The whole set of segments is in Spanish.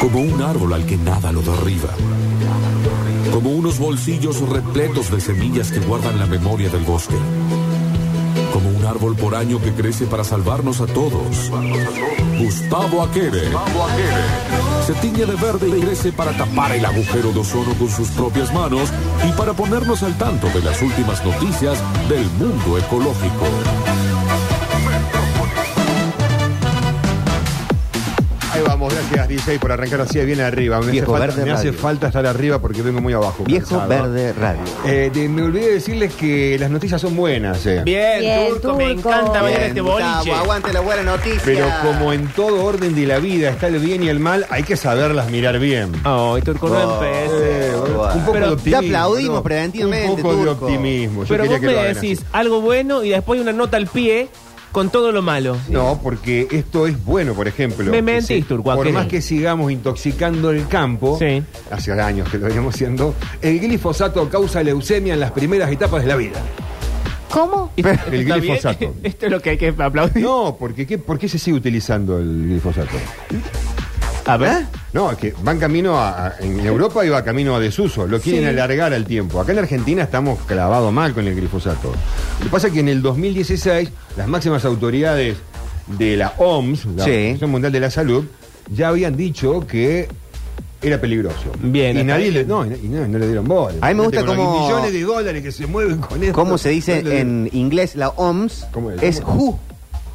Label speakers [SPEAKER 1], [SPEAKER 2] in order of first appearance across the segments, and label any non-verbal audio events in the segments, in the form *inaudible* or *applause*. [SPEAKER 1] Como un árbol al que nada lo derriba. Como unos bolsillos repletos de semillas que guardan la memoria del bosque. Como un árbol por año que crece para salvarnos a todos. Gustavo Aquere. Se tiñe de verde y crece para tapar el agujero de ozono con sus propias manos y para ponernos al tanto de las últimas noticias del mundo ecológico.
[SPEAKER 2] Ahí vamos, gracias DJ por arrancar así de bien arriba. Me,
[SPEAKER 3] Viejo
[SPEAKER 2] hace, falta,
[SPEAKER 3] Verde
[SPEAKER 2] me hace
[SPEAKER 3] Radio.
[SPEAKER 2] falta estar arriba porque vengo muy abajo.
[SPEAKER 3] Viejo
[SPEAKER 2] cansado.
[SPEAKER 3] Verde Radio.
[SPEAKER 2] Eh, de- me olvidé decirles que las noticias son buenas. eh.
[SPEAKER 4] Bien,
[SPEAKER 5] Bien,
[SPEAKER 4] turco, me
[SPEAKER 5] Turco.
[SPEAKER 4] encanta ver este
[SPEAKER 3] Gustavo,
[SPEAKER 4] boliche.
[SPEAKER 3] aguante la buena noticia.
[SPEAKER 2] Pero como en todo orden de la vida está el bien y el mal, hay que saberlas mirar bien.
[SPEAKER 4] Ay, turco, no empecé.
[SPEAKER 3] eh, bueno.
[SPEAKER 2] Un poco
[SPEAKER 4] Pero
[SPEAKER 2] de optimismo.
[SPEAKER 3] Ah, te aplaudimos
[SPEAKER 2] ¿no?
[SPEAKER 3] preventivamente,
[SPEAKER 2] Un poco de
[SPEAKER 3] Turco.
[SPEAKER 2] optimismo. Yo
[SPEAKER 4] Pero
[SPEAKER 2] quería
[SPEAKER 4] vos
[SPEAKER 2] que
[SPEAKER 4] me
[SPEAKER 2] lo hagan
[SPEAKER 4] decís
[SPEAKER 2] así.
[SPEAKER 4] algo bueno y después una nota al pie con todo lo malo.
[SPEAKER 2] No, porque esto es bueno, por ejemplo.
[SPEAKER 4] Me
[SPEAKER 2] Que
[SPEAKER 4] mentís,
[SPEAKER 2] si-
[SPEAKER 4] Turco,
[SPEAKER 2] Por
[SPEAKER 4] aquel.
[SPEAKER 2] más que sigamos intoxicando el campo,
[SPEAKER 4] Sí.
[SPEAKER 2] hace años que lo venimos haciendo, el glifosato causa leucemia en las primeras etapas de la vida.
[SPEAKER 5] ¿Cómo?
[SPEAKER 2] El
[SPEAKER 4] ¿Está bien?
[SPEAKER 2] glifosato.
[SPEAKER 4] *laughs* Esto es lo que hay que aplaudir.
[SPEAKER 2] No, porque ¿qué- ¿por qué se sigue utilizando el glifosato?
[SPEAKER 4] A ver.
[SPEAKER 2] No, es que van camino a, a- En Europa iba camino a desuso. Lo quieren
[SPEAKER 4] Sí.
[SPEAKER 2] alargar al tiempo. Acá en Argentina estamos clavados mal con el glifosato. Lo que pasa es que en el 2016 las máximas autoridades de la OMS, la
[SPEAKER 3] Sí.
[SPEAKER 2] Organización Mundial de la Salud, ya habían dicho que era peligroso.
[SPEAKER 4] Bien,
[SPEAKER 2] Y
[SPEAKER 4] está
[SPEAKER 2] nadie
[SPEAKER 4] bien.
[SPEAKER 2] le, no, y no, no le dieron bola.
[SPEAKER 3] A mí me gusta
[SPEAKER 2] Con los
[SPEAKER 3] cómo-
[SPEAKER 2] millones de dólares que se mueven con esto.
[SPEAKER 3] ¿Cómo se dice
[SPEAKER 2] No le-
[SPEAKER 3] en inglés la OMS?
[SPEAKER 2] ¿Cómo es?
[SPEAKER 3] es WHO,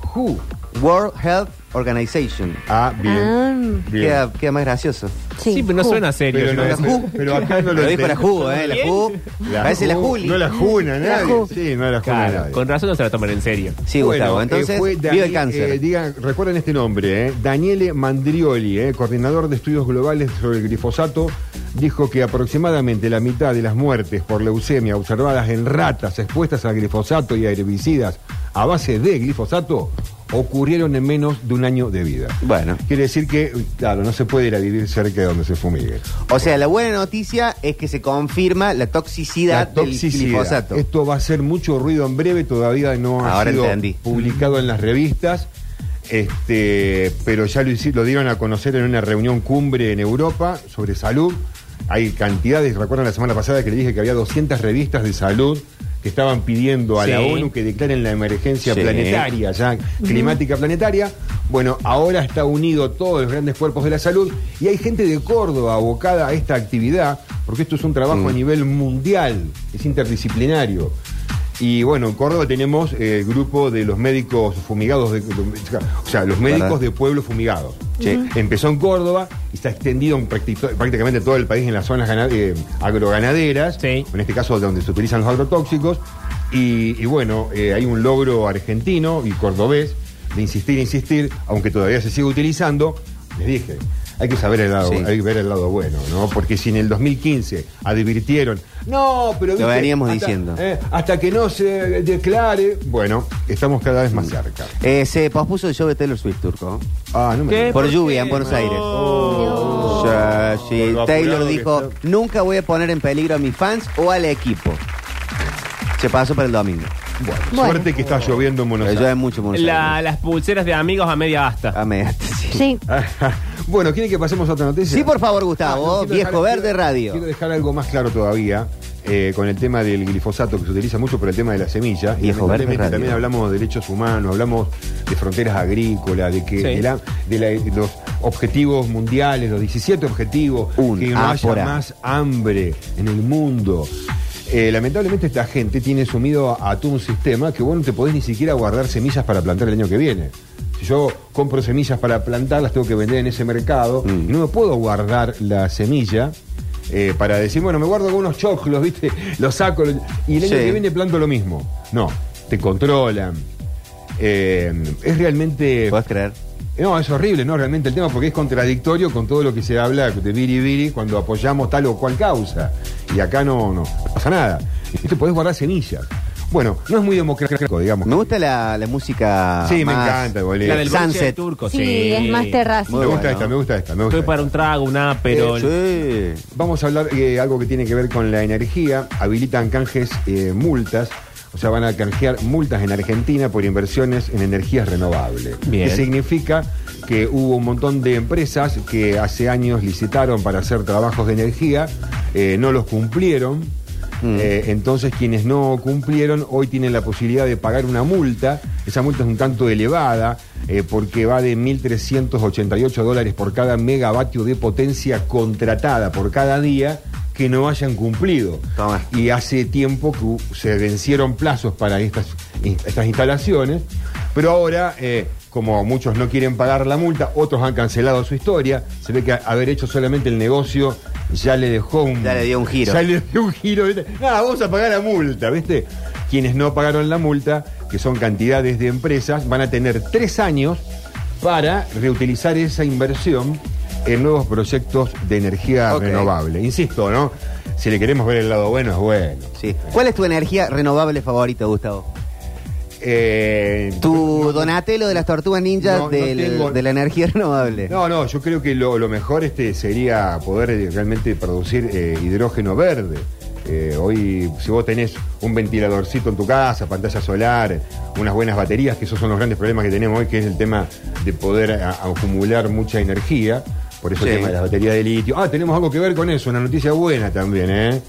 [SPEAKER 2] Ju.
[SPEAKER 3] World Health Organization.
[SPEAKER 2] Ah, bien.
[SPEAKER 5] Ah.
[SPEAKER 2] bien.
[SPEAKER 3] Queda, queda más gracioso.
[SPEAKER 4] Sí, pero no
[SPEAKER 5] Ju.
[SPEAKER 4] suena serio.
[SPEAKER 2] Pero, no
[SPEAKER 3] la
[SPEAKER 2] es-
[SPEAKER 3] Ju.
[SPEAKER 2] pero acá no lo
[SPEAKER 3] Lo dijo la
[SPEAKER 2] entendí.
[SPEAKER 3] Ju, ¿eh? La Ju.
[SPEAKER 2] La
[SPEAKER 3] Parece la
[SPEAKER 2] Ju-
[SPEAKER 3] Juli.
[SPEAKER 2] No la juna,
[SPEAKER 3] *laughs*
[SPEAKER 5] La
[SPEAKER 2] nadie.
[SPEAKER 5] Ju.
[SPEAKER 2] Sí, no la juna.
[SPEAKER 4] Claro,
[SPEAKER 2] nadie.
[SPEAKER 4] con razón no se la toman en serio.
[SPEAKER 3] Sí,
[SPEAKER 2] Bueno,
[SPEAKER 3] Gustavo.
[SPEAKER 2] eh,
[SPEAKER 3] Entonces,
[SPEAKER 2] fue
[SPEAKER 3] viva el
[SPEAKER 2] Dani- eh,
[SPEAKER 3] cáncer.
[SPEAKER 2] digan, recuerden este nombre, eh, Daniele Mandrioli, eh, coordinador de estudios globales sobre el glifosato, dijo que aproximadamente la mitad de las muertes por leucemia observadas en ratas expuestas al glifosato y a herbicidas a base de glifosato ocurrieron en menos de un año de vida.
[SPEAKER 3] Bueno.
[SPEAKER 2] Quiere decir que, claro, no se puede ir a vivir cerca de donde se fumigue.
[SPEAKER 3] O sea, la buena noticia es que se confirma la toxicidad,
[SPEAKER 2] La toxicidad.
[SPEAKER 3] del glifosato.
[SPEAKER 2] Esto va a hacer mucho ruido en breve, todavía no ha
[SPEAKER 3] Ahora
[SPEAKER 2] sido
[SPEAKER 3] entendí.
[SPEAKER 2] publicado en las revistas. Este, pero ya lo, hici- lo dieron a conocer en una reunión cumbre en Europa sobre salud. Hay cantidades, recuerdan la semana pasada que le dije que había 200 revistas de salud que estaban pidiendo a la
[SPEAKER 4] Sí.
[SPEAKER 2] ONU que declaren la emergencia
[SPEAKER 3] Sí.
[SPEAKER 2] planetaria, ya climática planetaria. Bueno, ahora está unido todos los grandes cuerpos de la salud y hay gente de Córdoba abocada a esta actividad, porque esto es un trabajo a nivel mundial, es interdisciplinario. Y bueno, en Córdoba tenemos eh, el grupo de los médicos fumigados, de- de- o sea, los médicos
[SPEAKER 3] Pará.
[SPEAKER 2] de pueblos fumigados.
[SPEAKER 3] Sí.
[SPEAKER 2] Empezó en Córdoba y está extendido en practi- prácticamente todo el país en las zonas gana- eh, agroganaderas,
[SPEAKER 4] Sí.
[SPEAKER 2] en este caso donde se utilizan los agrotóxicos. Y, y bueno, eh, hay un logro argentino y cordobés de insistir, insistir, aunque todavía se sigue utilizando. Les dije, hay que saber el lado,
[SPEAKER 3] Sí.
[SPEAKER 2] hay que ver el lado bueno, ¿no? Porque si en el 2015 advirtieron, no, pero
[SPEAKER 3] Lo veníamos diciendo.
[SPEAKER 2] eh, hasta que no se declare, bueno, estamos cada vez más cerca.
[SPEAKER 3] Eh, se pospuso el show de Taylor Swift turco.
[SPEAKER 2] Ah, no me
[SPEAKER 4] ¿Qué?
[SPEAKER 2] digas.
[SPEAKER 3] Por
[SPEAKER 4] ¿Por
[SPEAKER 3] lluvia
[SPEAKER 4] qué?
[SPEAKER 3] en Buenos
[SPEAKER 4] No.
[SPEAKER 3] Aires.
[SPEAKER 4] No.
[SPEAKER 3] Ya, sí.
[SPEAKER 2] Por lo
[SPEAKER 3] Taylor
[SPEAKER 2] apurado que
[SPEAKER 3] dijo,
[SPEAKER 2] está.
[SPEAKER 3] nunca voy a poner en peligro a mis fans o al equipo. Se pasó para el domingo.
[SPEAKER 2] Bueno,
[SPEAKER 5] Bueno.
[SPEAKER 2] suerte que está lloviendo en Buenos
[SPEAKER 3] Pero
[SPEAKER 2] Aires. *laughs*
[SPEAKER 3] yo de mucho Ah, en Buenos
[SPEAKER 4] La-
[SPEAKER 3] Aires.
[SPEAKER 4] las pulseras de amigos a media asta.
[SPEAKER 2] Ah,
[SPEAKER 3] A medianoche,
[SPEAKER 5] *laughs*
[SPEAKER 3] sí.
[SPEAKER 5] Sí.
[SPEAKER 2] bueno, ¿quiere que pasemos a otra noticia?
[SPEAKER 3] Sí, por favor,
[SPEAKER 2] Ah, no,
[SPEAKER 3] Gustavo.
[SPEAKER 2] quiero
[SPEAKER 3] Viejo
[SPEAKER 2] dejar-
[SPEAKER 3] Verde
[SPEAKER 2] quiero-
[SPEAKER 3] Radio.
[SPEAKER 2] Quiero dejar algo más claro todavía eh, con el tema del glifosato que se utiliza mucho por el tema de la semilla. Y
[SPEAKER 3] Viejo Verde
[SPEAKER 2] lamentablemente
[SPEAKER 3] Radio.
[SPEAKER 2] También hablamos de derechos humanos, hablamos de fronteras agrícolas, de que
[SPEAKER 4] Sí.
[SPEAKER 2] de, la- de la- de los objetivos mundiales, los 17 objetivos,
[SPEAKER 3] Un
[SPEAKER 2] que no
[SPEAKER 3] ápora.
[SPEAKER 2] haya más hambre en el mundo. Eh, lamentablemente esta gente tiene sumido a, a todo un sistema que vos no te podés ni siquiera guardar semillas para plantar el año que viene. Si yo compro semillas para plantar, las tengo que vender en ese mercado.
[SPEAKER 3] Mm.
[SPEAKER 2] No me puedo guardar la semilla eh, para decir, bueno, me guardo algunos choclos, *laughs* ¿viste? Los saco lo- y el año
[SPEAKER 3] Sí.
[SPEAKER 2] que viene planto lo mismo. No, te controlan. Eh, es realmente...
[SPEAKER 3] ¿Puedes creer?
[SPEAKER 2] No, es horrible, ¿no? Realmente el tema, porque es contradictorio con todo lo que se habla de biribiri cuando apoyamos tal o cual causa. Y acá no, no, no pasa nada. Y te podés guardar semillas. Bueno, no es muy democrático, digamos.
[SPEAKER 3] Me gusta la, la música.
[SPEAKER 2] Sí, me
[SPEAKER 3] más-
[SPEAKER 2] encanta, boludo.
[SPEAKER 4] La del boliche
[SPEAKER 3] Sunset.
[SPEAKER 4] del turco, sí.
[SPEAKER 5] Sí, es más terraza.
[SPEAKER 2] Me gusta
[SPEAKER 3] bueno.
[SPEAKER 2] esta, me gusta esta, me gusta
[SPEAKER 4] Estoy
[SPEAKER 2] esta.
[SPEAKER 4] para un trago, un aperol.
[SPEAKER 3] Sí.
[SPEAKER 2] Vamos a hablar eh, algo que tiene que ver con la energía. Habilitan canjes eh, multas O sea, van a canjear multas en Argentina por inversiones en energías renovables.
[SPEAKER 4] Bien.
[SPEAKER 2] Que significa que hubo un montón de empresas que hace años licitaron para hacer trabajos de energía, eh, no los cumplieron. Eh, entonces quienes no cumplieron hoy tienen la posibilidad de pagar una multa. Esa multa es un tanto elevada eh, porque va de 1.388 dólares por cada megavatio de potencia contratada por cada día que no hayan cumplido.
[SPEAKER 3] Toma.
[SPEAKER 2] Y hace tiempo que hu- se vencieron plazos para estas, in- estas instalaciones, pero ahora, eh, como muchos no quieren pagar la multa, otros han cancelado su historia, se ve que a- haber hecho solamente el negocio ya le dejó un...
[SPEAKER 3] Ya le dio un giro.
[SPEAKER 2] Ya le dio un giro, ¿viste? Nada, vamos a pagar la multa, ¿viste? Quienes no pagaron la multa, que son cantidades de empresas, van a tener tres años para reutilizar esa inversión en nuevos proyectos de energía
[SPEAKER 3] Ok.
[SPEAKER 2] renovable. Insisto, ¿no? Si le queremos ver el lado bueno, es bueno.
[SPEAKER 3] Sí. ¿Cuál es tu energía renovable favorita, Gustavo?
[SPEAKER 2] Eh,
[SPEAKER 3] Tu Donatello de las Tortugas Ninjas
[SPEAKER 2] No, no
[SPEAKER 3] del-
[SPEAKER 2] tengo-
[SPEAKER 3] de la energía *laughs* renovable.
[SPEAKER 2] No, no, yo creo que lo, lo mejor este sería poder eh, realmente producir eh, hidrógeno verde. Eh, hoy, si vos tenés un ventiladorcito en tu casa, pantalla solar, unas buenas baterías, que esos son los grandes problemas que tenemos hoy, que es el tema de poder a- acumular mucha energía. Por eso
[SPEAKER 3] Sí.
[SPEAKER 2] el tema de las baterías de litio. Ah, tenemos algo que ver con eso, una noticia buena también, ¿eh?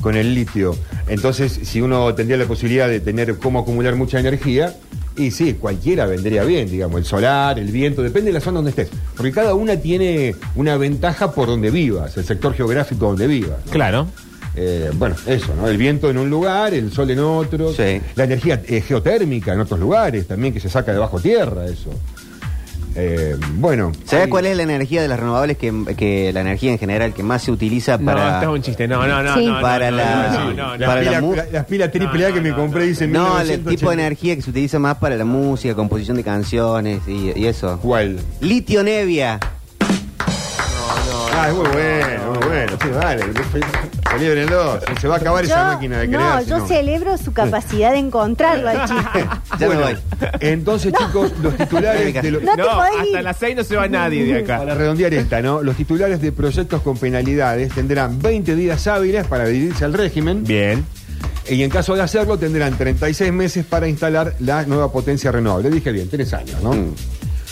[SPEAKER 2] Con el litio. Entonces, si uno tendría la posibilidad de tener cómo acumular mucha energía, y sí, cualquiera vendría bien, digamos, el solar, el viento, depende de la zona donde estés. Porque cada una tiene una ventaja por donde vivas, el sector geográfico donde vivas. ¿no?
[SPEAKER 4] Claro.
[SPEAKER 2] Eh, bueno, eso, ¿no? El viento en un lugar, el sol en otro,
[SPEAKER 3] Sí.
[SPEAKER 2] la energía eh, geotérmica en otros lugares también, que se saca de bajo tierra, eso. Eh, bueno.
[SPEAKER 3] ¿Sabes
[SPEAKER 2] hay-
[SPEAKER 3] cuál es la energía de las renovables que, que la energía en general que más se utiliza
[SPEAKER 4] No,
[SPEAKER 3] para
[SPEAKER 4] esto es un chiste. No, no, no.
[SPEAKER 5] Sí.
[SPEAKER 4] no, no,
[SPEAKER 3] Para
[SPEAKER 4] no,
[SPEAKER 3] la-
[SPEAKER 2] Ah,
[SPEAKER 4] no, no, no.
[SPEAKER 2] Las
[SPEAKER 3] para la
[SPEAKER 2] pilas-
[SPEAKER 3] mu-
[SPEAKER 2] la- las pilas triple A
[SPEAKER 4] No,
[SPEAKER 2] que me
[SPEAKER 4] no,
[SPEAKER 2] compré
[SPEAKER 4] no.
[SPEAKER 2] dicen
[SPEAKER 3] No, el tipo de
[SPEAKER 2] 1980.
[SPEAKER 3] energía que se utiliza más para la música, composición de canciones y, y eso.
[SPEAKER 2] ¿Cuál?
[SPEAKER 3] Litio Nevia.
[SPEAKER 2] Ah, es muy bueno, muy bueno. Sí, vale. Celebrenlo. Se- Se va a acabar esa máquina de crear.
[SPEAKER 5] no,
[SPEAKER 2] si
[SPEAKER 5] yo celebro su capacidad de encontrarlo
[SPEAKER 2] *laughs*
[SPEAKER 5] al chiste.
[SPEAKER 3] Ya
[SPEAKER 2] Bueno,
[SPEAKER 3] me voy.
[SPEAKER 2] Entonces, chicos, los titulares de los-
[SPEAKER 5] No te podés
[SPEAKER 4] hasta
[SPEAKER 5] ir.
[SPEAKER 4] las 6 no se va nadie de
[SPEAKER 2] Para
[SPEAKER 4] acá.
[SPEAKER 2] redondear esta, ¿no? Los titulares de proyectos con penalidades tendrán 20 días hábiles para adherirse al régimen.
[SPEAKER 4] Bien.
[SPEAKER 2] Y en caso de hacerlo, tendrán 36 meses para instalar la nueva potencia renovable. Dije bien, tres años, ¿no?
[SPEAKER 3] Mm.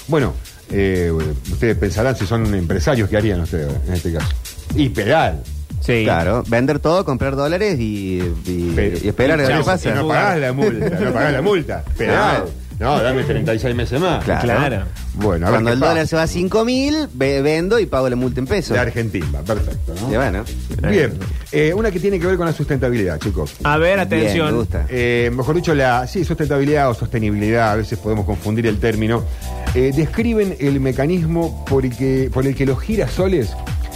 [SPEAKER 2] Bueno, eh, ustedes pensarán si son empresarios, ¿qué harían ustedes en este caso? Y pedal.
[SPEAKER 4] Sí.
[SPEAKER 3] Claro, vender todo, comprar dólares y, y-
[SPEAKER 2] Pero-
[SPEAKER 3] y esperar a ver
[SPEAKER 4] Chao.
[SPEAKER 3] qué pasa.
[SPEAKER 2] Y no pagás la multa, no pagás la
[SPEAKER 3] *laughs*
[SPEAKER 2] multa. Pedal. No, dame 36 meses más.
[SPEAKER 3] Claro.
[SPEAKER 4] Claro.
[SPEAKER 2] Bueno, a ver
[SPEAKER 3] Cuando
[SPEAKER 2] qué
[SPEAKER 3] el
[SPEAKER 2] pasa.
[SPEAKER 3] dólar se va a 5 mil, vendo y pago la multa en pesos.
[SPEAKER 2] De Argentina, perfecto. ¿no?
[SPEAKER 3] Y bueno.
[SPEAKER 2] Bien, eh, una que tiene que ver con la sustentabilidad, chicos.
[SPEAKER 4] A ver,
[SPEAKER 3] Bien, me
[SPEAKER 4] atención.
[SPEAKER 3] gusta.
[SPEAKER 2] Eh, mejor dicho, la sí, sustentabilidad o sostenibilidad, a veces podemos confundir el término, eh, describen el mecanismo por el, que, por el que los girasoles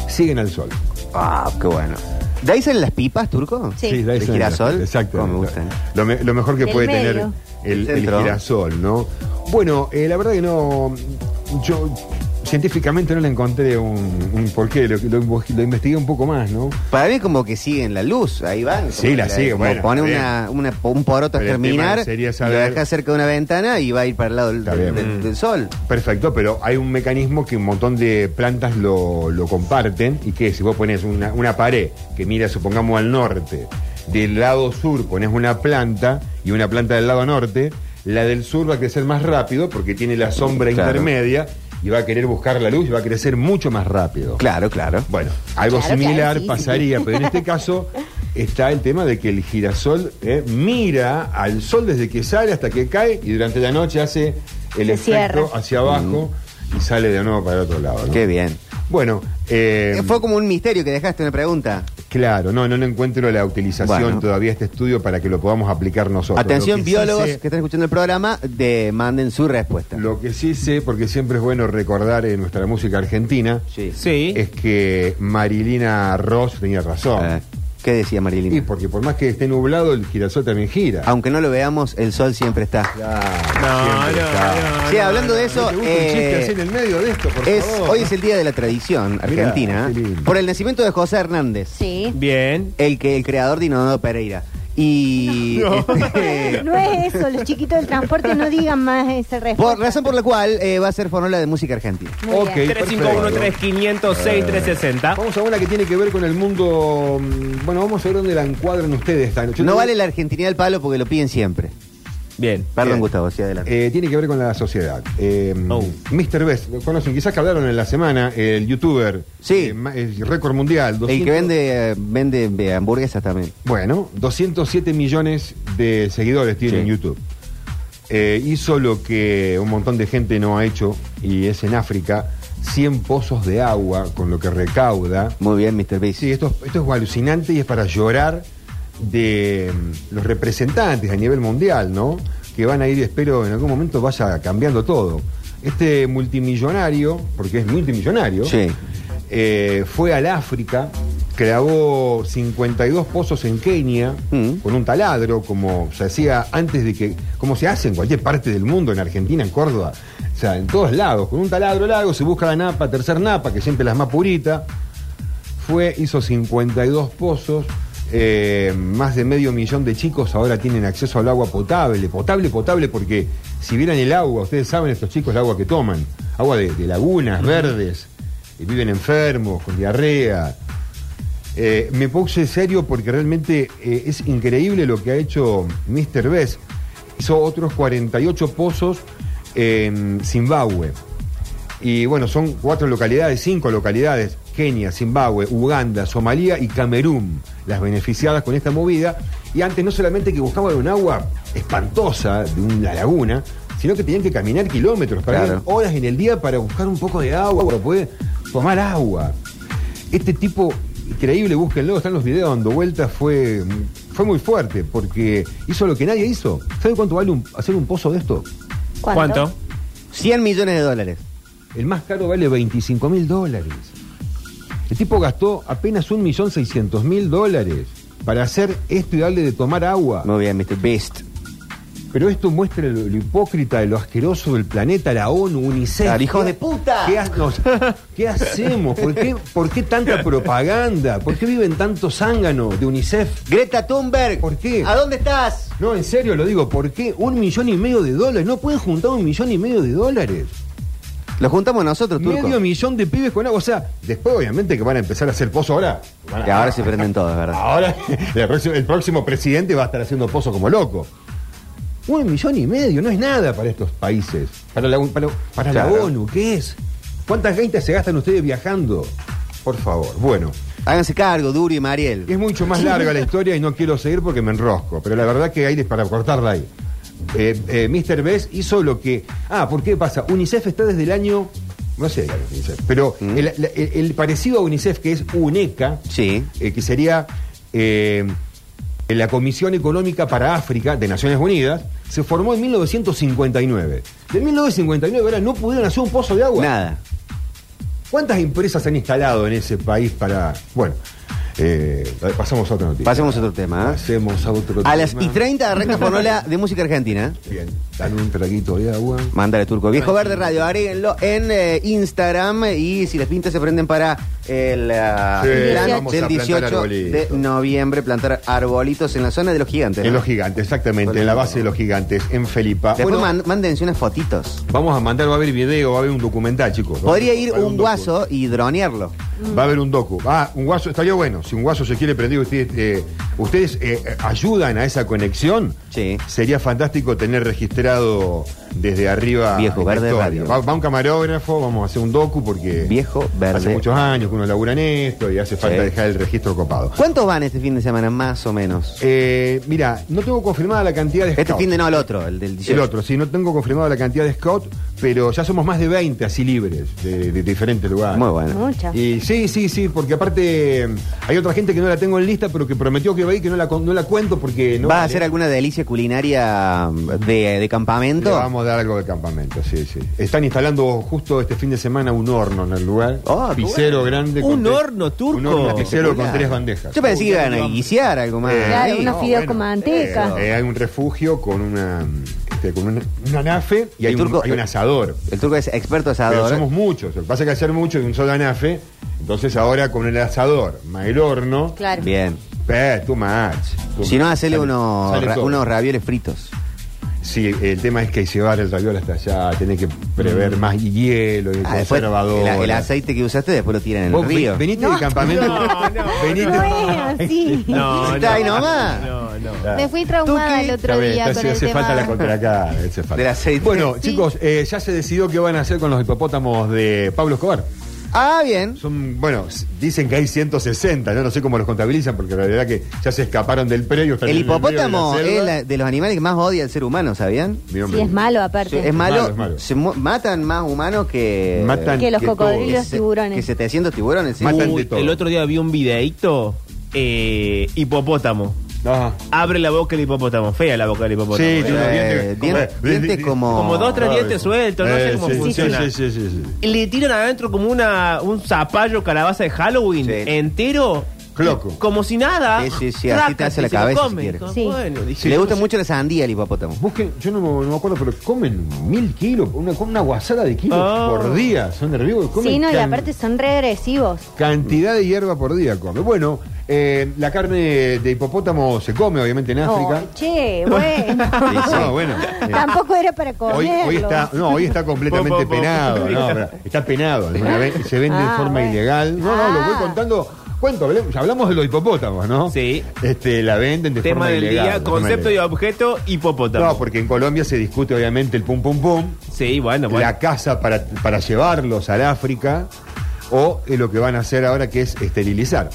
[SPEAKER 2] siguen al sol.
[SPEAKER 3] Ah, qué bueno. ¿De ahí salen las pipas, turco?
[SPEAKER 5] Sí.
[SPEAKER 2] de ahí
[SPEAKER 3] ¿El
[SPEAKER 2] sale.
[SPEAKER 3] girasol?
[SPEAKER 2] Exacto.
[SPEAKER 3] Cómo me gustan.
[SPEAKER 2] Lo, me- lo mejor que
[SPEAKER 5] Del
[SPEAKER 2] puede
[SPEAKER 5] medio.
[SPEAKER 2] tener el,
[SPEAKER 3] El
[SPEAKER 2] el
[SPEAKER 3] centro.
[SPEAKER 2] girasol, ¿no? Bueno, eh, la verdad que no. Yo científicamente no le encontré un, un porqué, lo, lo invo- lo investigué un poco más, ¿no?
[SPEAKER 3] Para mí como que siguen la luz, ahí van.
[SPEAKER 2] Sí,
[SPEAKER 3] Como
[SPEAKER 2] la
[SPEAKER 3] que
[SPEAKER 2] siguen,
[SPEAKER 3] como
[SPEAKER 2] bueno,
[SPEAKER 3] Pone
[SPEAKER 2] bien.
[SPEAKER 3] una, una- un poroto a
[SPEAKER 2] Pero el tema
[SPEAKER 3] germinar,
[SPEAKER 2] sería
[SPEAKER 3] y lo
[SPEAKER 2] saber-
[SPEAKER 3] deja cerca de una ventana y va a ir para el lado del,
[SPEAKER 2] Está bien.
[SPEAKER 3] del- del sol.
[SPEAKER 2] Perfecto, pero hay un mecanismo que un montón de plantas lo, lo comparten y que si vos pones una, una pared que mira, supongamos, al norte, del lado sur pones una planta y una planta del lado norte, la del sur va a crecer más rápido porque tiene la sombra
[SPEAKER 3] Claro.
[SPEAKER 2] intermedia y va a querer buscar la luz y va a crecer mucho más rápido.
[SPEAKER 3] Claro, claro.
[SPEAKER 2] Bueno, algo
[SPEAKER 5] Claro,
[SPEAKER 2] similar
[SPEAKER 5] claro, sí,
[SPEAKER 2] pasaría, pero en este caso está el tema de que el girasol eh, mira al sol desde que sale hasta que cae y durante la noche hace el
[SPEAKER 5] Se
[SPEAKER 2] efecto
[SPEAKER 5] cierra.
[SPEAKER 2] hacia abajo y sale de nuevo para el otro lado. ¿no?
[SPEAKER 3] Mm. Qué bien.
[SPEAKER 2] Bueno, eh,
[SPEAKER 3] Fue como un misterio que dejaste una pregunta.
[SPEAKER 2] claro, no, no le encuentro la utilización
[SPEAKER 3] Bueno.
[SPEAKER 2] todavía a este estudio para que lo podamos aplicar nosotros.
[SPEAKER 3] Atención,
[SPEAKER 2] Lo que sí
[SPEAKER 3] biólogos
[SPEAKER 2] sé-
[SPEAKER 3] que están escuchando el programa, de, manden su respuesta.
[SPEAKER 2] lo que sí sé, porque siempre es bueno recordar en nuestra música argentina,
[SPEAKER 3] Sí.
[SPEAKER 4] Sí.
[SPEAKER 2] es que Marilina Ross tenía razón.
[SPEAKER 3] Eh, ¿Qué decía Marilina?
[SPEAKER 2] Y porque por más que esté nublado, el girasol también gira.
[SPEAKER 3] Aunque no lo veamos, el sol siempre está.
[SPEAKER 4] No,
[SPEAKER 2] siempre
[SPEAKER 4] no,
[SPEAKER 2] está.
[SPEAKER 4] no,
[SPEAKER 3] Sí,
[SPEAKER 4] no,
[SPEAKER 3] hablando
[SPEAKER 4] no.
[SPEAKER 3] de eso,
[SPEAKER 2] ¿No te gusta un chiste
[SPEAKER 3] eh,
[SPEAKER 2] así en el medio de esto, por
[SPEAKER 3] es,
[SPEAKER 2] favor?
[SPEAKER 3] hoy es el día de la tradición
[SPEAKER 2] Mirá,
[SPEAKER 3] argentina
[SPEAKER 2] qué lindo.
[SPEAKER 3] por el nacimiento de José Hernández.
[SPEAKER 5] Sí.
[SPEAKER 4] Bien.
[SPEAKER 3] el que el creador de Inodoro Pereira, Y. *laughs* este,
[SPEAKER 5] No es eso, los chiquitos del transporte no digan más ese
[SPEAKER 3] por,
[SPEAKER 5] respuesta.
[SPEAKER 3] razón por la cual eh, va a ser fórmula de música argentina.
[SPEAKER 5] Muy
[SPEAKER 2] Ok.
[SPEAKER 5] bien.
[SPEAKER 4] 351-3506-360.
[SPEAKER 2] Vamos a una que tiene que ver con el mundo. mm, Bueno, vamos a ver dónde la encuadran ustedes esta noche.
[SPEAKER 3] No vale la Argentina al palo porque lo piden siempre.
[SPEAKER 4] Bien.
[SPEAKER 3] Perdón,
[SPEAKER 2] Bien.
[SPEAKER 3] Gustavo, sí, adelante.
[SPEAKER 2] Eh, tiene que ver con la sociedad. Eh,
[SPEAKER 4] Oh.
[SPEAKER 2] Mr. Best, lo conocen, quizás que hablaron en la semana, el youtuber.
[SPEAKER 3] Sí.
[SPEAKER 2] eh, ma- el récord mundial.
[SPEAKER 3] El que
[SPEAKER 2] 200
[SPEAKER 3] vende, eh, vende eh, hamburguesas también.
[SPEAKER 2] Bueno, 207 millones de seguidores tiene
[SPEAKER 3] Sí.
[SPEAKER 2] en YouTube. Eh, hizo lo que un montón de gente no ha hecho, y es en África, 100 pozos de agua con lo que recauda.
[SPEAKER 3] Muy bien, Mr. Beast.
[SPEAKER 2] Sí, esto, esto es alucinante y es para llorar de mm, los representantes a nivel mundial, ¿no? Que van a ir, espero, en algún momento vaya cambiando todo. Este multimillonario, porque es multimillonario,
[SPEAKER 3] Sí.
[SPEAKER 2] eh, fue al África, grabó 52 pozos en Kenia
[SPEAKER 3] Mm.
[SPEAKER 2] con un taladro, como se hacía antes de que, como se hace en cualquier parte del mundo, en Argentina, en Córdoba, o sea, en todos lados, con un taladro largo se busca la napa, tercer napa, que siempre es la más purita fue, hizo 52 pozos, eh, más de medio millón de chicos ahora tienen acceso al agua potable, potable, potable, porque si vieran el agua, ustedes saben estos chicos el agua que toman, agua de, de lagunas, verdes, y viven enfermos, con diarrea. Eh, me puse serio porque realmente eh, es increíble lo que ha hecho Mr. Bess. Hizo otros 48 pozos en Zimbabue. Y bueno, son cuatro localidades, cinco localidades, Kenia, Zimbabue, Uganda, Somalia y Camerún, las beneficiadas con esta movida. Y antes no solamente que buscaban un agua espantosa de una laguna, sino que tenían que caminar kilómetros, para
[SPEAKER 3] Claro.
[SPEAKER 2] horas en el día para buscar un poco de agua, para poder tomar agua. Este tipo, increíble, búsquenlo, están los videos dando vueltas, fue, fue muy fuerte, porque hizo lo que nadie hizo. ¿Saben cuánto vale un- hacer un pozo de esto?
[SPEAKER 5] *laughs*
[SPEAKER 4] ¿Cuánto?
[SPEAKER 3] 100 millones de dólares.
[SPEAKER 2] El más caro vale 25 mil dólares. El tipo gastó apenas 1.600.000 dólares para hacer esto y darle de tomar agua.
[SPEAKER 3] Muy bien, Mr. Beast.
[SPEAKER 2] Pero esto muestra lo, lo hipócrita, lo asqueroso del planeta, la ONU, UNICEF.
[SPEAKER 3] Claro, hijos
[SPEAKER 2] ¿Qué-
[SPEAKER 3] de puta!
[SPEAKER 2] ¿Qué, ha- nos- qué hacemos? ¿Por qué, por qué tanta propaganda? ¿Por qué viven tanto zángano de UNICEF?
[SPEAKER 3] Greta Thunberg.
[SPEAKER 2] ¿Por qué?
[SPEAKER 3] ¿A dónde estás?
[SPEAKER 2] No, en serio lo digo, ¿por qué un millón y medio de dólares? ¿No pueden juntar un millón y medio de dólares?
[SPEAKER 3] Lo juntamos nosotros, Turco.
[SPEAKER 2] Medio millón de pibes con agua. O sea, después obviamente que van a empezar a hacer pozo ahora. Van a-
[SPEAKER 3] Que ahora se prenden todos, ¿verdad?
[SPEAKER 2] Ahora *laughs* el próximo, el próximo presidente va a estar haciendo pozo como loco. Un millón y medio, no es nada para estos países. Para la, para, para la
[SPEAKER 3] Claro.
[SPEAKER 2] ONU, ¿qué es? ¿Cuántas gaitas se gastan ustedes viajando? Por favor, bueno.
[SPEAKER 3] Háganse cargo, Duro y
[SPEAKER 2] Es
[SPEAKER 3] Mariel.
[SPEAKER 2] mucho más larga la historia y no quiero seguir porque me enrosco, pero la verdad que aires para cortarla ahí. Eh, eh, Mr. Bess hizo lo que. Ah, ¿por qué pasa? UNICEF está desde el año. No sé el año de UNICEF, pero el, la- el- el parecido a UNICEF, que es UNECA,
[SPEAKER 3] Mm. Sí.
[SPEAKER 2] eh, que sería eh, la Comisión Económica para África de Naciones Unidas, se formó en 1959. De 1959 ahora no pudieron hacer un pozo de agua.
[SPEAKER 3] Nada.
[SPEAKER 2] ¿Cuántas empresas se han instalado en ese país para.? Bueno, eh, pasamos a otra noticia.
[SPEAKER 3] Pasemos a otro tema. ¿eh?
[SPEAKER 2] Pasemos a otro
[SPEAKER 3] A las y
[SPEAKER 2] tema.
[SPEAKER 3] 30 arranca Fórmula de música argentina.
[SPEAKER 2] Bien, dale un traguito de agua.
[SPEAKER 3] Mándale turco. Viejo Verde Radio, agréguenlo en eh, Instagram y si las pintas se prenden para el ah,
[SPEAKER 2] Sí,
[SPEAKER 3] plan
[SPEAKER 2] vamos a
[SPEAKER 3] del
[SPEAKER 2] plantar
[SPEAKER 3] 18 de
[SPEAKER 2] arbolitos.
[SPEAKER 3] noviempre, plantar arbolitos en la zona de los gigantes.
[SPEAKER 2] En
[SPEAKER 3] ¿no?
[SPEAKER 2] los gigantes, exactamente, en la base de los gigantes, en Felipa.
[SPEAKER 3] Después
[SPEAKER 2] Bueno,
[SPEAKER 3] man- mándense unas fotitos.
[SPEAKER 2] vamos a mandar, va a haber video, va a haber un documental, chicos. Va a
[SPEAKER 3] Podría
[SPEAKER 2] haber-
[SPEAKER 3] ir
[SPEAKER 2] va a haber
[SPEAKER 3] un
[SPEAKER 2] docu.
[SPEAKER 3] guaso y dronearlo.
[SPEAKER 2] Va a haber un docu. Ah, un guaso, estaría bueno. Si un guaso se quiere prendido, ustedes, eh, ustedes eh, ayudan a esa conexión.
[SPEAKER 3] Sí.
[SPEAKER 2] Sería fantástico tener registrado desde arriba.
[SPEAKER 3] Viejo
[SPEAKER 2] la
[SPEAKER 3] Verde
[SPEAKER 2] historia.
[SPEAKER 3] Radio.
[SPEAKER 2] Va, va un camarógrafo, vamos a hacer un docu porque.
[SPEAKER 3] Viejo Verde.
[SPEAKER 2] Hace muchos años que uno labura en esto y hace falta
[SPEAKER 3] Sí.
[SPEAKER 2] dejar el registro copado.
[SPEAKER 3] ¿Cuántos van este fin de semana, más o menos?
[SPEAKER 2] Eh, mira, no tengo confirmada la cantidad de
[SPEAKER 3] Este
[SPEAKER 2] scouts.
[SPEAKER 3] fin de no, el otro, el del 18.
[SPEAKER 2] El otro, sí, no tengo confirmada la cantidad de scouts, pero ya somos más de 20 así libres de, de diferentes lugares.
[SPEAKER 3] Muy bueno.
[SPEAKER 5] Muchas.
[SPEAKER 2] Y sí, sí, sí, porque aparte mm, hay otra gente que no la tengo en lista, pero que prometió que va a ir, que no la, con- no la cuento porque no.
[SPEAKER 3] ¿Vas a
[SPEAKER 2] vale.
[SPEAKER 3] hacer alguna delicia culinaria mm, de, de
[SPEAKER 2] Le
[SPEAKER 3] campamento?
[SPEAKER 2] vamos a dar algo de campamento, sí, sí. Están instalando justo este fin de semana un horno en el lugar.
[SPEAKER 3] Ah, qué
[SPEAKER 2] Pisero
[SPEAKER 3] bueno.
[SPEAKER 2] grande.
[SPEAKER 4] Un
[SPEAKER 2] tres-
[SPEAKER 4] horno turco.
[SPEAKER 2] Un horno pisero con
[SPEAKER 3] Espectacular.
[SPEAKER 2] tres bandejas.
[SPEAKER 3] Yo pensé que iban a guisear algo más.
[SPEAKER 2] Eh,
[SPEAKER 5] Claro,
[SPEAKER 3] ahí.
[SPEAKER 5] unos
[SPEAKER 2] no,
[SPEAKER 5] fideos
[SPEAKER 2] bueno,
[SPEAKER 5] con manteca.
[SPEAKER 2] Eh, hay un refugio con una este, con una, una nafe y
[SPEAKER 3] El
[SPEAKER 2] hay, un-
[SPEAKER 3] turco-
[SPEAKER 2] hay un asador.
[SPEAKER 3] El turco es
[SPEAKER 2] Pero
[SPEAKER 3] experto asador. eh.
[SPEAKER 2] somos muchos. Lo que pasa es que hacer mucho de un solo nafe, entonces ahora con el asador, más el horno,
[SPEAKER 5] Claro.
[SPEAKER 3] Bien.
[SPEAKER 2] Eh, too much. too
[SPEAKER 3] Si no,
[SPEAKER 2] much.
[SPEAKER 3] hacele
[SPEAKER 2] Sale-
[SPEAKER 3] unos,
[SPEAKER 2] sale
[SPEAKER 3] ra-
[SPEAKER 2] todo.
[SPEAKER 3] unos ravioles fritos.
[SPEAKER 2] Sí, el tema es que llevar el raviol hasta allá, tenés que prever más hielo y
[SPEAKER 3] Mm. Ah, después,
[SPEAKER 2] conservador.
[SPEAKER 3] el, el aceite que usaste después lo tiran en
[SPEAKER 2] Vos
[SPEAKER 3] el
[SPEAKER 2] ven-
[SPEAKER 3] río.
[SPEAKER 2] veniste de campamento.
[SPEAKER 4] No, no,
[SPEAKER 2] veniste.
[SPEAKER 5] No es así.
[SPEAKER 4] No,
[SPEAKER 3] Está
[SPEAKER 4] no.
[SPEAKER 3] ahí nomás.
[SPEAKER 4] No, no.
[SPEAKER 5] Me fui traumada
[SPEAKER 3] Tuki.
[SPEAKER 5] el
[SPEAKER 2] Ya
[SPEAKER 5] otro
[SPEAKER 2] ves,
[SPEAKER 5] día
[SPEAKER 2] hace-
[SPEAKER 5] con el
[SPEAKER 2] hace
[SPEAKER 5] tema.
[SPEAKER 2] falta la
[SPEAKER 5] *laughs*
[SPEAKER 2] contracara, hace falta.
[SPEAKER 3] Del aceite.
[SPEAKER 2] Bueno,
[SPEAKER 5] Sí.
[SPEAKER 2] chicos, eh, ya se decidió qué van a hacer con los hipopótamos de Pablo Escobar.
[SPEAKER 3] Ah, bien.
[SPEAKER 2] Son, bueno, s- dicen que hay 160, yo no sé cómo los contabilizan, porque la verdad que ya se escaparon del predio. están
[SPEAKER 3] El
[SPEAKER 2] en medio de la
[SPEAKER 3] hipopótamo
[SPEAKER 2] selva.
[SPEAKER 3] es la- de los animales que más odia al ser humano, ¿sabían?
[SPEAKER 2] Mi hombre.
[SPEAKER 5] Sí, es malo
[SPEAKER 3] Sí,
[SPEAKER 5] aparte.
[SPEAKER 3] es malo,
[SPEAKER 2] malo, es malo.
[SPEAKER 3] se mu- matan más humanos que
[SPEAKER 2] Matan
[SPEAKER 5] Que los
[SPEAKER 3] que,
[SPEAKER 5] cocodrilos,
[SPEAKER 3] se-
[SPEAKER 5] tiburones.
[SPEAKER 3] que 700 tiburones. sí.
[SPEAKER 2] Matan-
[SPEAKER 3] Uh,
[SPEAKER 2] de todo.
[SPEAKER 4] El otro día vi un videíto eh, hipopótamo.
[SPEAKER 2] todo. Ajá.
[SPEAKER 4] Abre la boca el hipopótamo. Fea la boca del hipopótamo.
[SPEAKER 2] Ah. Sí,
[SPEAKER 4] eh.
[SPEAKER 2] tiene unos dientes
[SPEAKER 3] eh,
[SPEAKER 2] como-
[SPEAKER 3] dien- dientes como-
[SPEAKER 4] Como dos, tres
[SPEAKER 2] Ah,
[SPEAKER 4] dientes sueltos, no sé cómo
[SPEAKER 2] sí, sí,
[SPEAKER 4] funciona.
[SPEAKER 2] Sí, sí, sí, sí.
[SPEAKER 4] Y Le tiran adentro como una un zapallo calabaza de Halloween
[SPEAKER 3] Sí.
[SPEAKER 4] entero.
[SPEAKER 2] Cloco.
[SPEAKER 4] Como si nada.
[SPEAKER 3] Sí, sí, sí, así te hace
[SPEAKER 4] y
[SPEAKER 3] la
[SPEAKER 4] se lo
[SPEAKER 3] cabeza, si
[SPEAKER 4] come.
[SPEAKER 3] quieres.
[SPEAKER 5] Sí.
[SPEAKER 4] Bueno, dije,
[SPEAKER 3] Le gusta
[SPEAKER 4] no sé.
[SPEAKER 3] mucho la sandía al hipopótamo.
[SPEAKER 2] Busquen, yo no, me- no me acuerdo, pero comen mil kilos, una, comen una guasada de kilos
[SPEAKER 4] Ah.
[SPEAKER 2] por día. Son herbívoros. comen
[SPEAKER 5] Sí, no, y
[SPEAKER 2] can-
[SPEAKER 5] aparte son reagresivos.
[SPEAKER 2] Cantidad de hierba por día come. Bueno, eh, la carne de hipopótamo se come, obviamente, en África.
[SPEAKER 5] Oh, che,
[SPEAKER 2] *laughs*
[SPEAKER 5] bueno.
[SPEAKER 3] Sí, sí.
[SPEAKER 2] No, bueno. eh,
[SPEAKER 5] Tampoco era para
[SPEAKER 2] Hoy,
[SPEAKER 5] comerlo.
[SPEAKER 2] hoy está, no, hoy está
[SPEAKER 4] *laughs* Po,
[SPEAKER 2] completamente
[SPEAKER 4] po, po.
[SPEAKER 2] penado. no, pero está penado. Alguna
[SPEAKER 5] *laughs*
[SPEAKER 2] vez se vende de
[SPEAKER 5] Ah,
[SPEAKER 2] forma
[SPEAKER 5] bueno.
[SPEAKER 2] ilegal. No, no, lo voy
[SPEAKER 5] Ah.
[SPEAKER 2] contando. Cuento, hablemos- hablamos de los hipopótamos, ¿no?
[SPEAKER 4] Sí.
[SPEAKER 2] Este, la venden de
[SPEAKER 4] Tema
[SPEAKER 2] forma
[SPEAKER 4] del
[SPEAKER 2] ilegal.
[SPEAKER 4] día,
[SPEAKER 2] de forma
[SPEAKER 4] concepto y
[SPEAKER 2] ilegal.
[SPEAKER 4] objeto hipopótamo.
[SPEAKER 2] No, porque en Colombia se discute obviamente el pum pum pum.
[SPEAKER 4] sí, bueno, bueno.
[SPEAKER 2] la casa para, para llevarlos al África o eh, lo que van a hacer ahora que es esterilizar.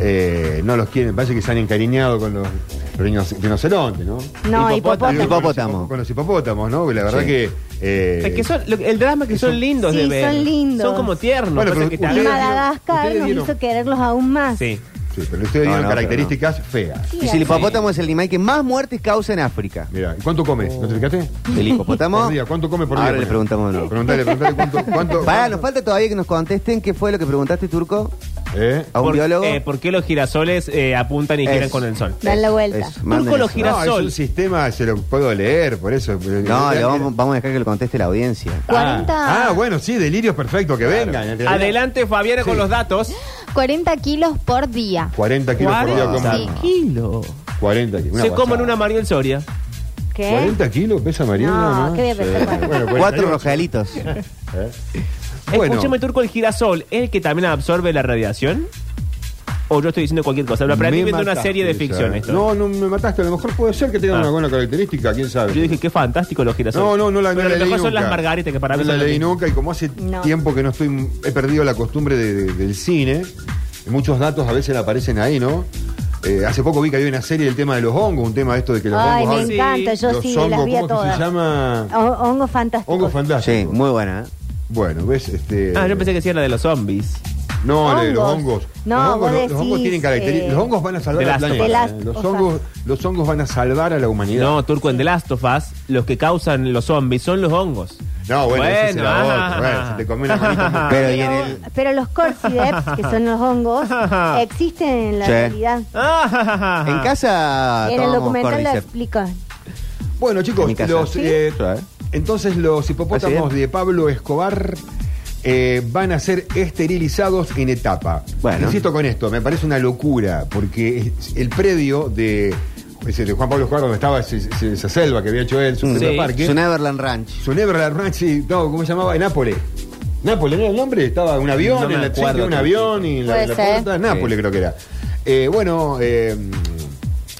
[SPEAKER 2] Eh, no los quieren, parece que se han encariñado con los rinoc- rinocerontes, ¿no?
[SPEAKER 5] No,
[SPEAKER 4] Hipopótamo.
[SPEAKER 5] hipopótamo.
[SPEAKER 3] Hipopótamo.
[SPEAKER 2] Con los hipopótamos, ¿no? La verdad
[SPEAKER 3] Sí.
[SPEAKER 2] que... eh,
[SPEAKER 4] Es que son- lo- el drama es que son lindos
[SPEAKER 5] Sí,
[SPEAKER 4] de ver.
[SPEAKER 5] son lindos.
[SPEAKER 4] Son como tiernos.
[SPEAKER 2] Bueno,
[SPEAKER 4] pasa
[SPEAKER 2] pero
[SPEAKER 4] que te
[SPEAKER 5] Y
[SPEAKER 2] ustedes-
[SPEAKER 4] agarran-
[SPEAKER 5] Madagascar
[SPEAKER 2] ustedes
[SPEAKER 5] nos
[SPEAKER 2] vieron-
[SPEAKER 5] hizo quererlos aún más.
[SPEAKER 4] Sí.
[SPEAKER 2] sí, pero ustedes
[SPEAKER 3] No,
[SPEAKER 2] dieron
[SPEAKER 3] no,
[SPEAKER 2] características feas.
[SPEAKER 5] Sí,
[SPEAKER 3] Y si el hipopótamo es el animal que más muertes causa en África.
[SPEAKER 2] Mira, ¿y cuánto comes? ¿No te fijaste? *laughs*
[SPEAKER 3] El hipopótamo.
[SPEAKER 2] Por día, ¿Cuánto come por día?
[SPEAKER 3] Ahora le
[SPEAKER 2] ponele?
[SPEAKER 3] preguntamos de nuevo.
[SPEAKER 2] Preguntale, preguntale cuánto... cuánto
[SPEAKER 3] *laughs* Pará, nos falta todavía que nos contesten qué fue lo que preguntaste, Turco,
[SPEAKER 2] ¿Eh?
[SPEAKER 3] a un
[SPEAKER 4] Por-
[SPEAKER 3] biólogo.
[SPEAKER 4] eh, ¿Por qué los girasoles eh, apuntan y
[SPEAKER 3] Eso.
[SPEAKER 4] giran con el sol?
[SPEAKER 5] Dan la vuelta.
[SPEAKER 3] Eso, manden
[SPEAKER 4] lo
[SPEAKER 3] eso.
[SPEAKER 4] gira-
[SPEAKER 2] No, es
[SPEAKER 4] Girasol.
[SPEAKER 2] un sistema, se lo puedo leer, por eso. eh,
[SPEAKER 3] No, le vamos, vamos a dejar que lo conteste la audiencia.
[SPEAKER 5] 40,
[SPEAKER 2] Ah, bueno, sí, delirios perfecto, que vengan.
[SPEAKER 4] Adelante, Fabiana, con los datos.
[SPEAKER 5] 40 kilos por día.
[SPEAKER 2] 40 kilos por día
[SPEAKER 3] Cuarenta.
[SPEAKER 2] comen.
[SPEAKER 5] Sí.
[SPEAKER 4] Kilo.
[SPEAKER 2] 40 kilos.
[SPEAKER 4] Se
[SPEAKER 2] guasada.
[SPEAKER 4] comen una ¿Eh? Mariel Soria.
[SPEAKER 5] ¿Qué?
[SPEAKER 2] 40 kilos pesa Mariana.
[SPEAKER 5] No, ¿qué voy a pesar?
[SPEAKER 2] Sí.
[SPEAKER 5] Bueno.
[SPEAKER 2] Bueno,
[SPEAKER 3] Cuatro
[SPEAKER 2] 48.
[SPEAKER 3] rojalitos.
[SPEAKER 2] Bueno.
[SPEAKER 4] Escúchame, Turco, el girasol, ¿es el que también absorbe la radiación? ¿O yo estoy diciendo cualquier cosa? Lo aprendí
[SPEAKER 2] Me
[SPEAKER 4] viendo una
[SPEAKER 2] mataste,
[SPEAKER 4] serie de
[SPEAKER 2] ya.
[SPEAKER 4] ficción esto.
[SPEAKER 2] No, no me mataste. A lo mejor puede ser que tenga
[SPEAKER 4] Ah.
[SPEAKER 2] alguna característica, quién sabe.
[SPEAKER 4] Yo dije, qué fantástico los girasoles.
[SPEAKER 2] no, no, no la,
[SPEAKER 4] Pero
[SPEAKER 2] no la
[SPEAKER 4] lo
[SPEAKER 2] leí
[SPEAKER 4] mejor
[SPEAKER 2] nunca.
[SPEAKER 4] son las margaritas, que para mí
[SPEAKER 2] No
[SPEAKER 4] son
[SPEAKER 2] la
[SPEAKER 4] lo
[SPEAKER 2] leí
[SPEAKER 4] mismo.
[SPEAKER 2] nunca y como hace
[SPEAKER 5] No.
[SPEAKER 2] tiempo que no estoy... He perdido la costumbre de- de- del cine. Muchos datos a veces aparecen ahí, ¿no? Eh, hace poco vi que había una serie del tema de los hongos, un tema de esto de que los
[SPEAKER 5] Ay,
[SPEAKER 2] hongos...
[SPEAKER 5] me
[SPEAKER 2] hablan-
[SPEAKER 5] encanta, yo
[SPEAKER 2] los
[SPEAKER 5] sí,
[SPEAKER 2] hongos,
[SPEAKER 5] las vi a
[SPEAKER 2] ¿cómo es que
[SPEAKER 5] todas.
[SPEAKER 2] se llama?
[SPEAKER 5] Ho- Hongo fantástico.
[SPEAKER 2] Hongo fantástico.
[SPEAKER 3] Sí, muy buena. ¿eh?
[SPEAKER 2] Bueno, ves, este.
[SPEAKER 4] Ah, yo pensé que hacían la de los zombies.
[SPEAKER 2] No,
[SPEAKER 5] Hongos.
[SPEAKER 2] de los hongos.
[SPEAKER 5] No,
[SPEAKER 2] los hongos,
[SPEAKER 5] vos
[SPEAKER 2] los- los
[SPEAKER 5] decís,
[SPEAKER 2] hongos tienen características.
[SPEAKER 5] eh,
[SPEAKER 2] los hongos van a salvar
[SPEAKER 4] The
[SPEAKER 2] al
[SPEAKER 4] Last of
[SPEAKER 2] planeta.
[SPEAKER 5] Us.
[SPEAKER 2] eh.
[SPEAKER 5] The
[SPEAKER 2] Los
[SPEAKER 5] Last
[SPEAKER 2] hongos, los hongos van a salvar a la humanidad.
[SPEAKER 4] No, Turco, en The Last of Us, los que causan los zombies son los hongos.
[SPEAKER 2] No, bueno, ese será
[SPEAKER 4] ah.
[SPEAKER 2] otro. Bueno, se te come una manita.
[SPEAKER 5] *laughs*
[SPEAKER 3] Pero y en
[SPEAKER 5] Pero,
[SPEAKER 3] el.
[SPEAKER 5] pero los cordyceps, que son los hongos,
[SPEAKER 2] *laughs*
[SPEAKER 5] existen en la
[SPEAKER 3] Sí.
[SPEAKER 5] realidad.
[SPEAKER 4] Ah, ja, ja, ja, ja.
[SPEAKER 3] En
[SPEAKER 2] Ah,
[SPEAKER 3] casa.
[SPEAKER 5] En el
[SPEAKER 3] tomamos
[SPEAKER 5] documental lo
[SPEAKER 3] cordyceps.
[SPEAKER 5] explican.
[SPEAKER 2] Bueno,
[SPEAKER 3] En
[SPEAKER 2] chicos,
[SPEAKER 3] mi casa.
[SPEAKER 2] los,
[SPEAKER 3] Sí.
[SPEAKER 2] eh,
[SPEAKER 3] Sí, ¿eh?
[SPEAKER 2] entonces los hipopótamos
[SPEAKER 3] Así es.
[SPEAKER 2] de Pablo Escobar eh, van a ser esterilizados en etapa.
[SPEAKER 3] Bueno.
[SPEAKER 2] Insisto con esto, me parece una locura, porque es- el predio de, es el de Juan Pablo Escobar, donde estaba ese- ese- esa selva que había hecho él, su
[SPEAKER 3] Mm.
[SPEAKER 2] primer
[SPEAKER 4] Sí.
[SPEAKER 2] parque,
[SPEAKER 3] Su Neverland Ranch.
[SPEAKER 2] su Neverland Ranch, sí, no, ¿cómo se llamaba? En Nápoles. Nápoles, ¿no era el nombre? Estaba un avión,
[SPEAKER 4] No me
[SPEAKER 2] en la
[SPEAKER 4] acuerdo,
[SPEAKER 2] sí, un avión y en la,
[SPEAKER 5] Puede
[SPEAKER 2] en la
[SPEAKER 5] ser.
[SPEAKER 2] puerta. Nápoles creo que era. Eh, bueno, eh,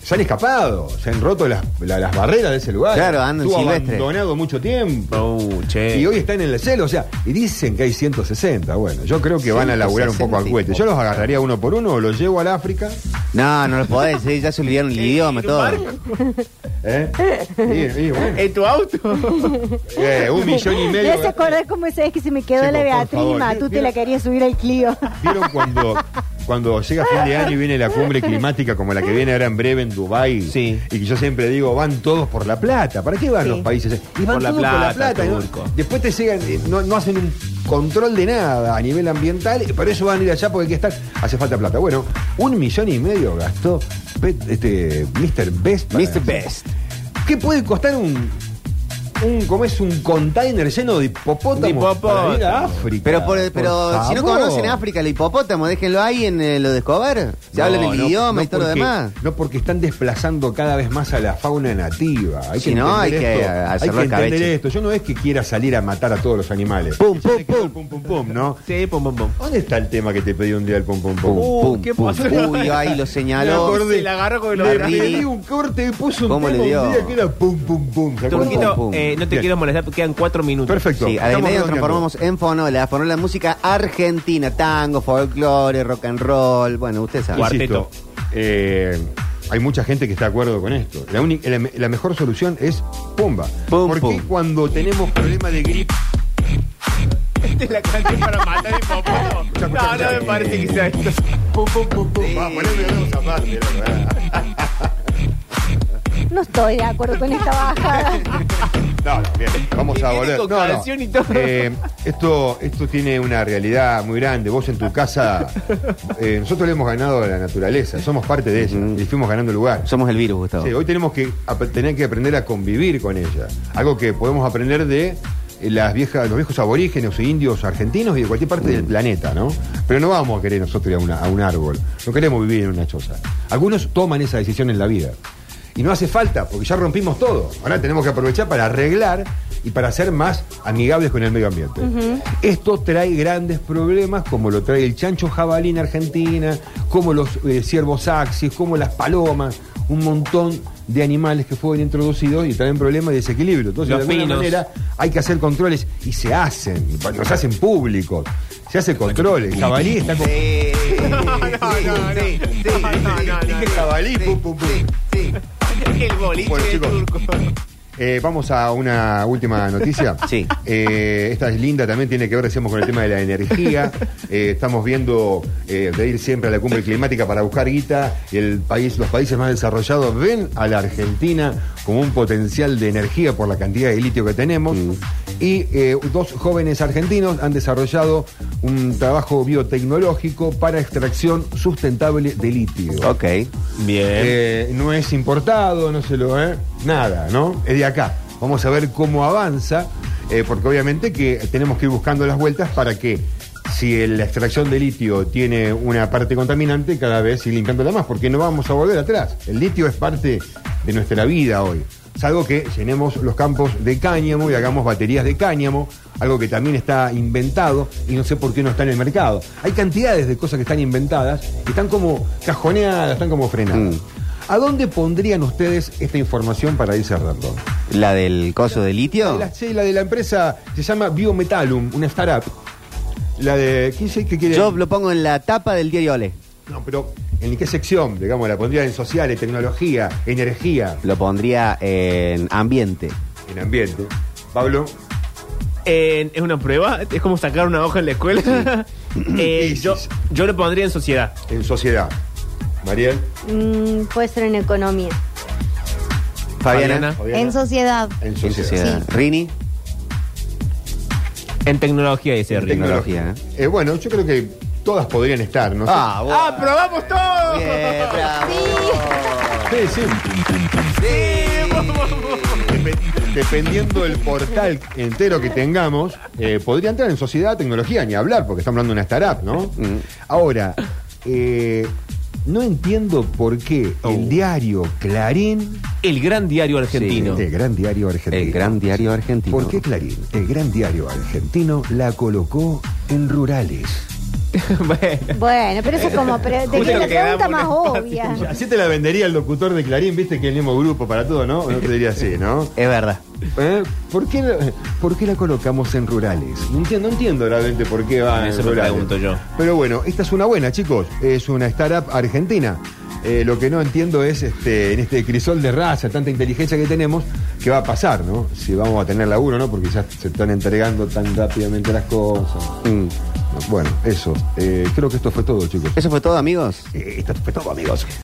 [SPEAKER 2] se han escapado, se han roto las, la- las barreras de ese lugar.
[SPEAKER 3] Claro, andan
[SPEAKER 2] Estuvo
[SPEAKER 3] silvestre.
[SPEAKER 2] abandonado mucho tiempo.
[SPEAKER 4] *laughs* Oh, che.
[SPEAKER 2] Y hoy están en el cielo, o sea, y dicen que hay 160. Bueno, yo creo que van a laburar un poco al
[SPEAKER 3] 160
[SPEAKER 2] cohete. Yo los agarraría uno por uno, los llevo al África.
[SPEAKER 3] No, no lo podés, sí, ya se olvidaron el idioma, todo.
[SPEAKER 5] *laughs*
[SPEAKER 2] ¿eh? Y- y bueno,
[SPEAKER 4] ¿En tu auto?
[SPEAKER 2] eh, un millón y
[SPEAKER 5] Me
[SPEAKER 2] medio.
[SPEAKER 5] hace acordar cómo esa vez que se me quedó
[SPEAKER 2] Chicos,
[SPEAKER 5] la
[SPEAKER 2] por
[SPEAKER 5] Beatriz
[SPEAKER 2] favor.
[SPEAKER 5] y Matute
[SPEAKER 2] Mira.
[SPEAKER 5] la quería subir al Clio. *laughs*
[SPEAKER 2] ¿Vieron cuando, cuando llega fin de año y viene la cumbre climática como la que viene ahora en breve en Dubái?
[SPEAKER 4] Sí.
[SPEAKER 2] Y que yo siempre digo, van todos por la plata. ¿Para qué van
[SPEAKER 5] Sí.
[SPEAKER 2] los países? Y van
[SPEAKER 4] Por la
[SPEAKER 2] todos por la
[SPEAKER 4] plata,
[SPEAKER 2] plata. ¿no?
[SPEAKER 4] turco.
[SPEAKER 2] Después te llegan, eh, no, no hacen un control de nada a nivel ambiental, y por eso van a ir allá porque hay que estar, hace falta plata. Bueno, un millón y medio gastó Pet- este, Mr. Best. para
[SPEAKER 3] Mr.
[SPEAKER 2] hacer-
[SPEAKER 3] Best.
[SPEAKER 2] ¿Qué puede costar un un, ¿cómo es? Un container lleno de hipopótamos
[SPEAKER 4] De hipopótamo.
[SPEAKER 2] para ir a África.
[SPEAKER 3] Pero, por- pero
[SPEAKER 2] Por
[SPEAKER 3] si no
[SPEAKER 2] favor.
[SPEAKER 3] conocen África, el hipopótamo, déjenlo ahí en eh, lo de Escobar. Se hablan el
[SPEAKER 2] no,
[SPEAKER 3] idioma
[SPEAKER 2] no
[SPEAKER 3] y todo lo
[SPEAKER 2] porque-
[SPEAKER 3] demás.
[SPEAKER 2] No porque están desplazando cada vez más a la fauna nativa. Hay
[SPEAKER 3] Si
[SPEAKER 2] que
[SPEAKER 3] no,
[SPEAKER 2] entender
[SPEAKER 3] hay que
[SPEAKER 2] esto.
[SPEAKER 3] hacerlo
[SPEAKER 2] Hay que
[SPEAKER 3] al
[SPEAKER 2] entender
[SPEAKER 3] cabeche.
[SPEAKER 2] esto. Yo no es que quiera salir a matar a todos los animales.
[SPEAKER 3] Pum, pum,
[SPEAKER 2] pum, pum, pum, pum, ¿no?
[SPEAKER 4] Sí, pum, pum, pum.
[SPEAKER 2] ¿Dónde está el tema que te pedí un día el pum, pum, pum?
[SPEAKER 4] Uh, ¿qué pasó?
[SPEAKER 3] Uy, ahí lo señaló.
[SPEAKER 2] Me acordé.
[SPEAKER 4] Se la agarró con el
[SPEAKER 2] Le
[SPEAKER 3] Barra.
[SPEAKER 2] pedí un corte y puso un
[SPEAKER 3] ¿Cómo
[SPEAKER 2] tema
[SPEAKER 3] le dio?
[SPEAKER 2] un día que era pum, pum, pum. ¿Se acuerdan?
[SPEAKER 4] Turquito,
[SPEAKER 3] pum, pum.
[SPEAKER 4] eh, no te
[SPEAKER 2] Bien.
[SPEAKER 4] quiero molestar, porque quedan cuatro minutos.
[SPEAKER 2] Perfecto.
[SPEAKER 3] Sí,
[SPEAKER 2] Estamos
[SPEAKER 3] además medio
[SPEAKER 2] redondeando.
[SPEAKER 3] transformamos en Fonola. Fonola música argentina, tango, folclore, rock and roll. Bueno, usted sabe.
[SPEAKER 4] Guarda.
[SPEAKER 2] Insisto,
[SPEAKER 4] Cuarteto.
[SPEAKER 2] eh, hay mucha gente que está de acuerdo con esto. La, única- la, la mejor solución es pumba.
[SPEAKER 3] Pum,
[SPEAKER 2] Porque
[SPEAKER 3] pum.
[SPEAKER 2] cuando tenemos problema de gripe.
[SPEAKER 4] Esta es la canción para matar el popó. No, no me parece que sea esto. Pum, pum, pum, pum.
[SPEAKER 2] Va, poneme dos aparte, eh. la verdad.
[SPEAKER 5] No estoy de acuerdo con esta
[SPEAKER 2] *laughs*
[SPEAKER 5] bajada.
[SPEAKER 2] No, no, bien, vamos a
[SPEAKER 4] Y viene
[SPEAKER 2] volver.
[SPEAKER 4] con
[SPEAKER 2] No, no.
[SPEAKER 4] canción y todo.
[SPEAKER 2] Eh, esto, esto tiene una realidad muy grande. Vos en tu casa, eh, nosotros le hemos ganado a la naturaleza, somos parte de ella y fuimos ganando lugar.
[SPEAKER 3] Somos el virus, Gustavo.
[SPEAKER 2] Sí, hoy tenemos que ap- tener que aprender a convivir con ella. Algo que podemos aprender de eh, las viejas, los viejos aborígenes o indios argentinos y de cualquier parte del planeta, ¿no? Pero no vamos a querer nosotros ir a, una- a un árbol. No queremos vivir en una choza. Algunos toman esa decisión en la vida. Y no hace falta, porque ya rompimos todo. Ahora tenemos que aprovechar para arreglar y para ser más amigables con el medio ambiente. Esto trae grandes problemas, como lo trae el chancho jabalí en Argentina, como los eh, ciervos axis, como las palomas, un montón de animales que fueron introducidos y traen problemas de desequilibrio. Entonces,
[SPEAKER 4] Los
[SPEAKER 2] de alguna
[SPEAKER 4] pinos.
[SPEAKER 2] manera, hay que hacer controles y se hacen, los hacen públicos. Se hace controles. El Jabalí está con- *laughs*
[SPEAKER 3] Sí,
[SPEAKER 4] sí, sí, sí,
[SPEAKER 2] dije
[SPEAKER 4] sí,
[SPEAKER 2] jabalí,
[SPEAKER 3] sí,
[SPEAKER 2] pum, pum, pum.
[SPEAKER 3] sí, sí.
[SPEAKER 4] El boliche
[SPEAKER 2] Bueno,
[SPEAKER 4] de
[SPEAKER 2] chicos.
[SPEAKER 4] turco.
[SPEAKER 2] Eh, vamos a una última noticia.
[SPEAKER 3] Sí.
[SPEAKER 2] Eh, esta es linda, también tiene que ver, decíamos, con el tema de la
[SPEAKER 4] *laughs*
[SPEAKER 2] energía. Eh, estamos viendo eh, de ir siempre a la cumbre climática para buscar guita. El país, los países más desarrollados ven a la Argentina como un potencial de energía por la cantidad de litio que tenemos. Y eh, dos jóvenes argentinos han desarrollado un trabajo biotecnológico para extracción sustentable de litio.
[SPEAKER 3] Ok.
[SPEAKER 4] Bien.
[SPEAKER 2] Eh, no es importado, no se lo... eh, nada, ¿no? Es de acá. Vamos a ver cómo avanza, eh, porque obviamente que tenemos que ir buscando las vueltas para que si la extracción de litio tiene una parte contaminante, cada vez ir limpiándola más, porque no vamos a volver atrás. El litio es parte de nuestra vida hoy. Salvo que llenemos los campos de cáñamo y hagamos baterías de cáñamo, algo que también está inventado y no sé por qué no está en el mercado. Hay cantidades de cosas que están inventadas, que están como cajoneadas, están como frenadas. Mm. ¿A dónde pondrían ustedes esta información para ir cerrando?
[SPEAKER 3] ¿La del coso de litio?
[SPEAKER 2] La, sí, la de la empresa se llama Biometalum, una startup. La de. ¿Quién sé qué quiere?
[SPEAKER 3] Yo lo pongo en la tapa del diario Ole.
[SPEAKER 2] No, pero ¿en qué sección? Digamos, la pondría en sociales, tecnología, energía,
[SPEAKER 3] Lo pondría en ambiente.
[SPEAKER 2] en ambiente. Pablo.
[SPEAKER 4] Eh, es una prueba, es como sacar una hoja en la escuela. *laughs* Eh,
[SPEAKER 2] Sí, sí,
[SPEAKER 4] yo,
[SPEAKER 2] sí.
[SPEAKER 4] yo lo pondría en sociedad.
[SPEAKER 2] en sociedad. Mariel.
[SPEAKER 5] Mm, puede ser en economía.
[SPEAKER 3] Fabiana.
[SPEAKER 4] Fabiana.
[SPEAKER 2] Fabiana.
[SPEAKER 5] En sociedad.
[SPEAKER 2] En
[SPEAKER 3] En
[SPEAKER 2] sociedad.
[SPEAKER 3] sociedad. Rini.
[SPEAKER 4] En tecnología, dice
[SPEAKER 2] En
[SPEAKER 4] Rick.
[SPEAKER 2] tecnología.
[SPEAKER 3] tecnología,
[SPEAKER 2] Eh, bueno, yo creo que todas podrían estar, ¿no? sé.
[SPEAKER 4] ¡Ah, probamos todo!
[SPEAKER 3] Bien, bravo.
[SPEAKER 2] Sí, sí. Depe- Dependiendo del portal entero que tengamos, eh, podría entrar en sociedad, tecnología, ni hablar, porque estamos hablando de una startup, ¿no?
[SPEAKER 3] Mm.
[SPEAKER 2] Ahora, eh, no entiendo por qué
[SPEAKER 3] Oh.
[SPEAKER 2] el diario Clarín,
[SPEAKER 4] El gran diario argentino.
[SPEAKER 2] el gran diario argentino,
[SPEAKER 3] El gran diario argentino.
[SPEAKER 2] ¿por qué Clarín, el gran diario argentino, la colocó en rurales?
[SPEAKER 4] *laughs* Bueno.
[SPEAKER 5] Bueno, pero eso es como. pre-
[SPEAKER 4] Justo
[SPEAKER 5] Te queda
[SPEAKER 4] lo
[SPEAKER 5] la
[SPEAKER 4] que damos
[SPEAKER 5] pregunta
[SPEAKER 4] un
[SPEAKER 5] más
[SPEAKER 4] espacio.
[SPEAKER 5] obvia.
[SPEAKER 2] Así te la vendería el locutor de Clarín, viste que el mismo grupo para todo, ¿no? No te diría así, ¿no?
[SPEAKER 3] Es verdad.
[SPEAKER 2] ¿Eh? ¿Por, qué, la- por qué la colocamos en rurales? No entiendo, no entiendo realmente por qué va
[SPEAKER 4] Eso
[SPEAKER 2] en
[SPEAKER 4] me
[SPEAKER 2] rurales.
[SPEAKER 4] pregunto yo.
[SPEAKER 2] Pero bueno, esta es una buena, chicos. Es una startup argentina. Eh, lo que no entiendo es este, en este crisol de raza, tanta inteligencia que tenemos, qué va a pasar, ¿no? Si vamos a tener laburo, ¿no? Porque ya se están entregando tan rápidamente las cosas. Bueno, eso. Eh, creo que esto fue todo, chicos.
[SPEAKER 3] Eso fue todo, amigos.
[SPEAKER 2] Eh, esto fue todo, amigos.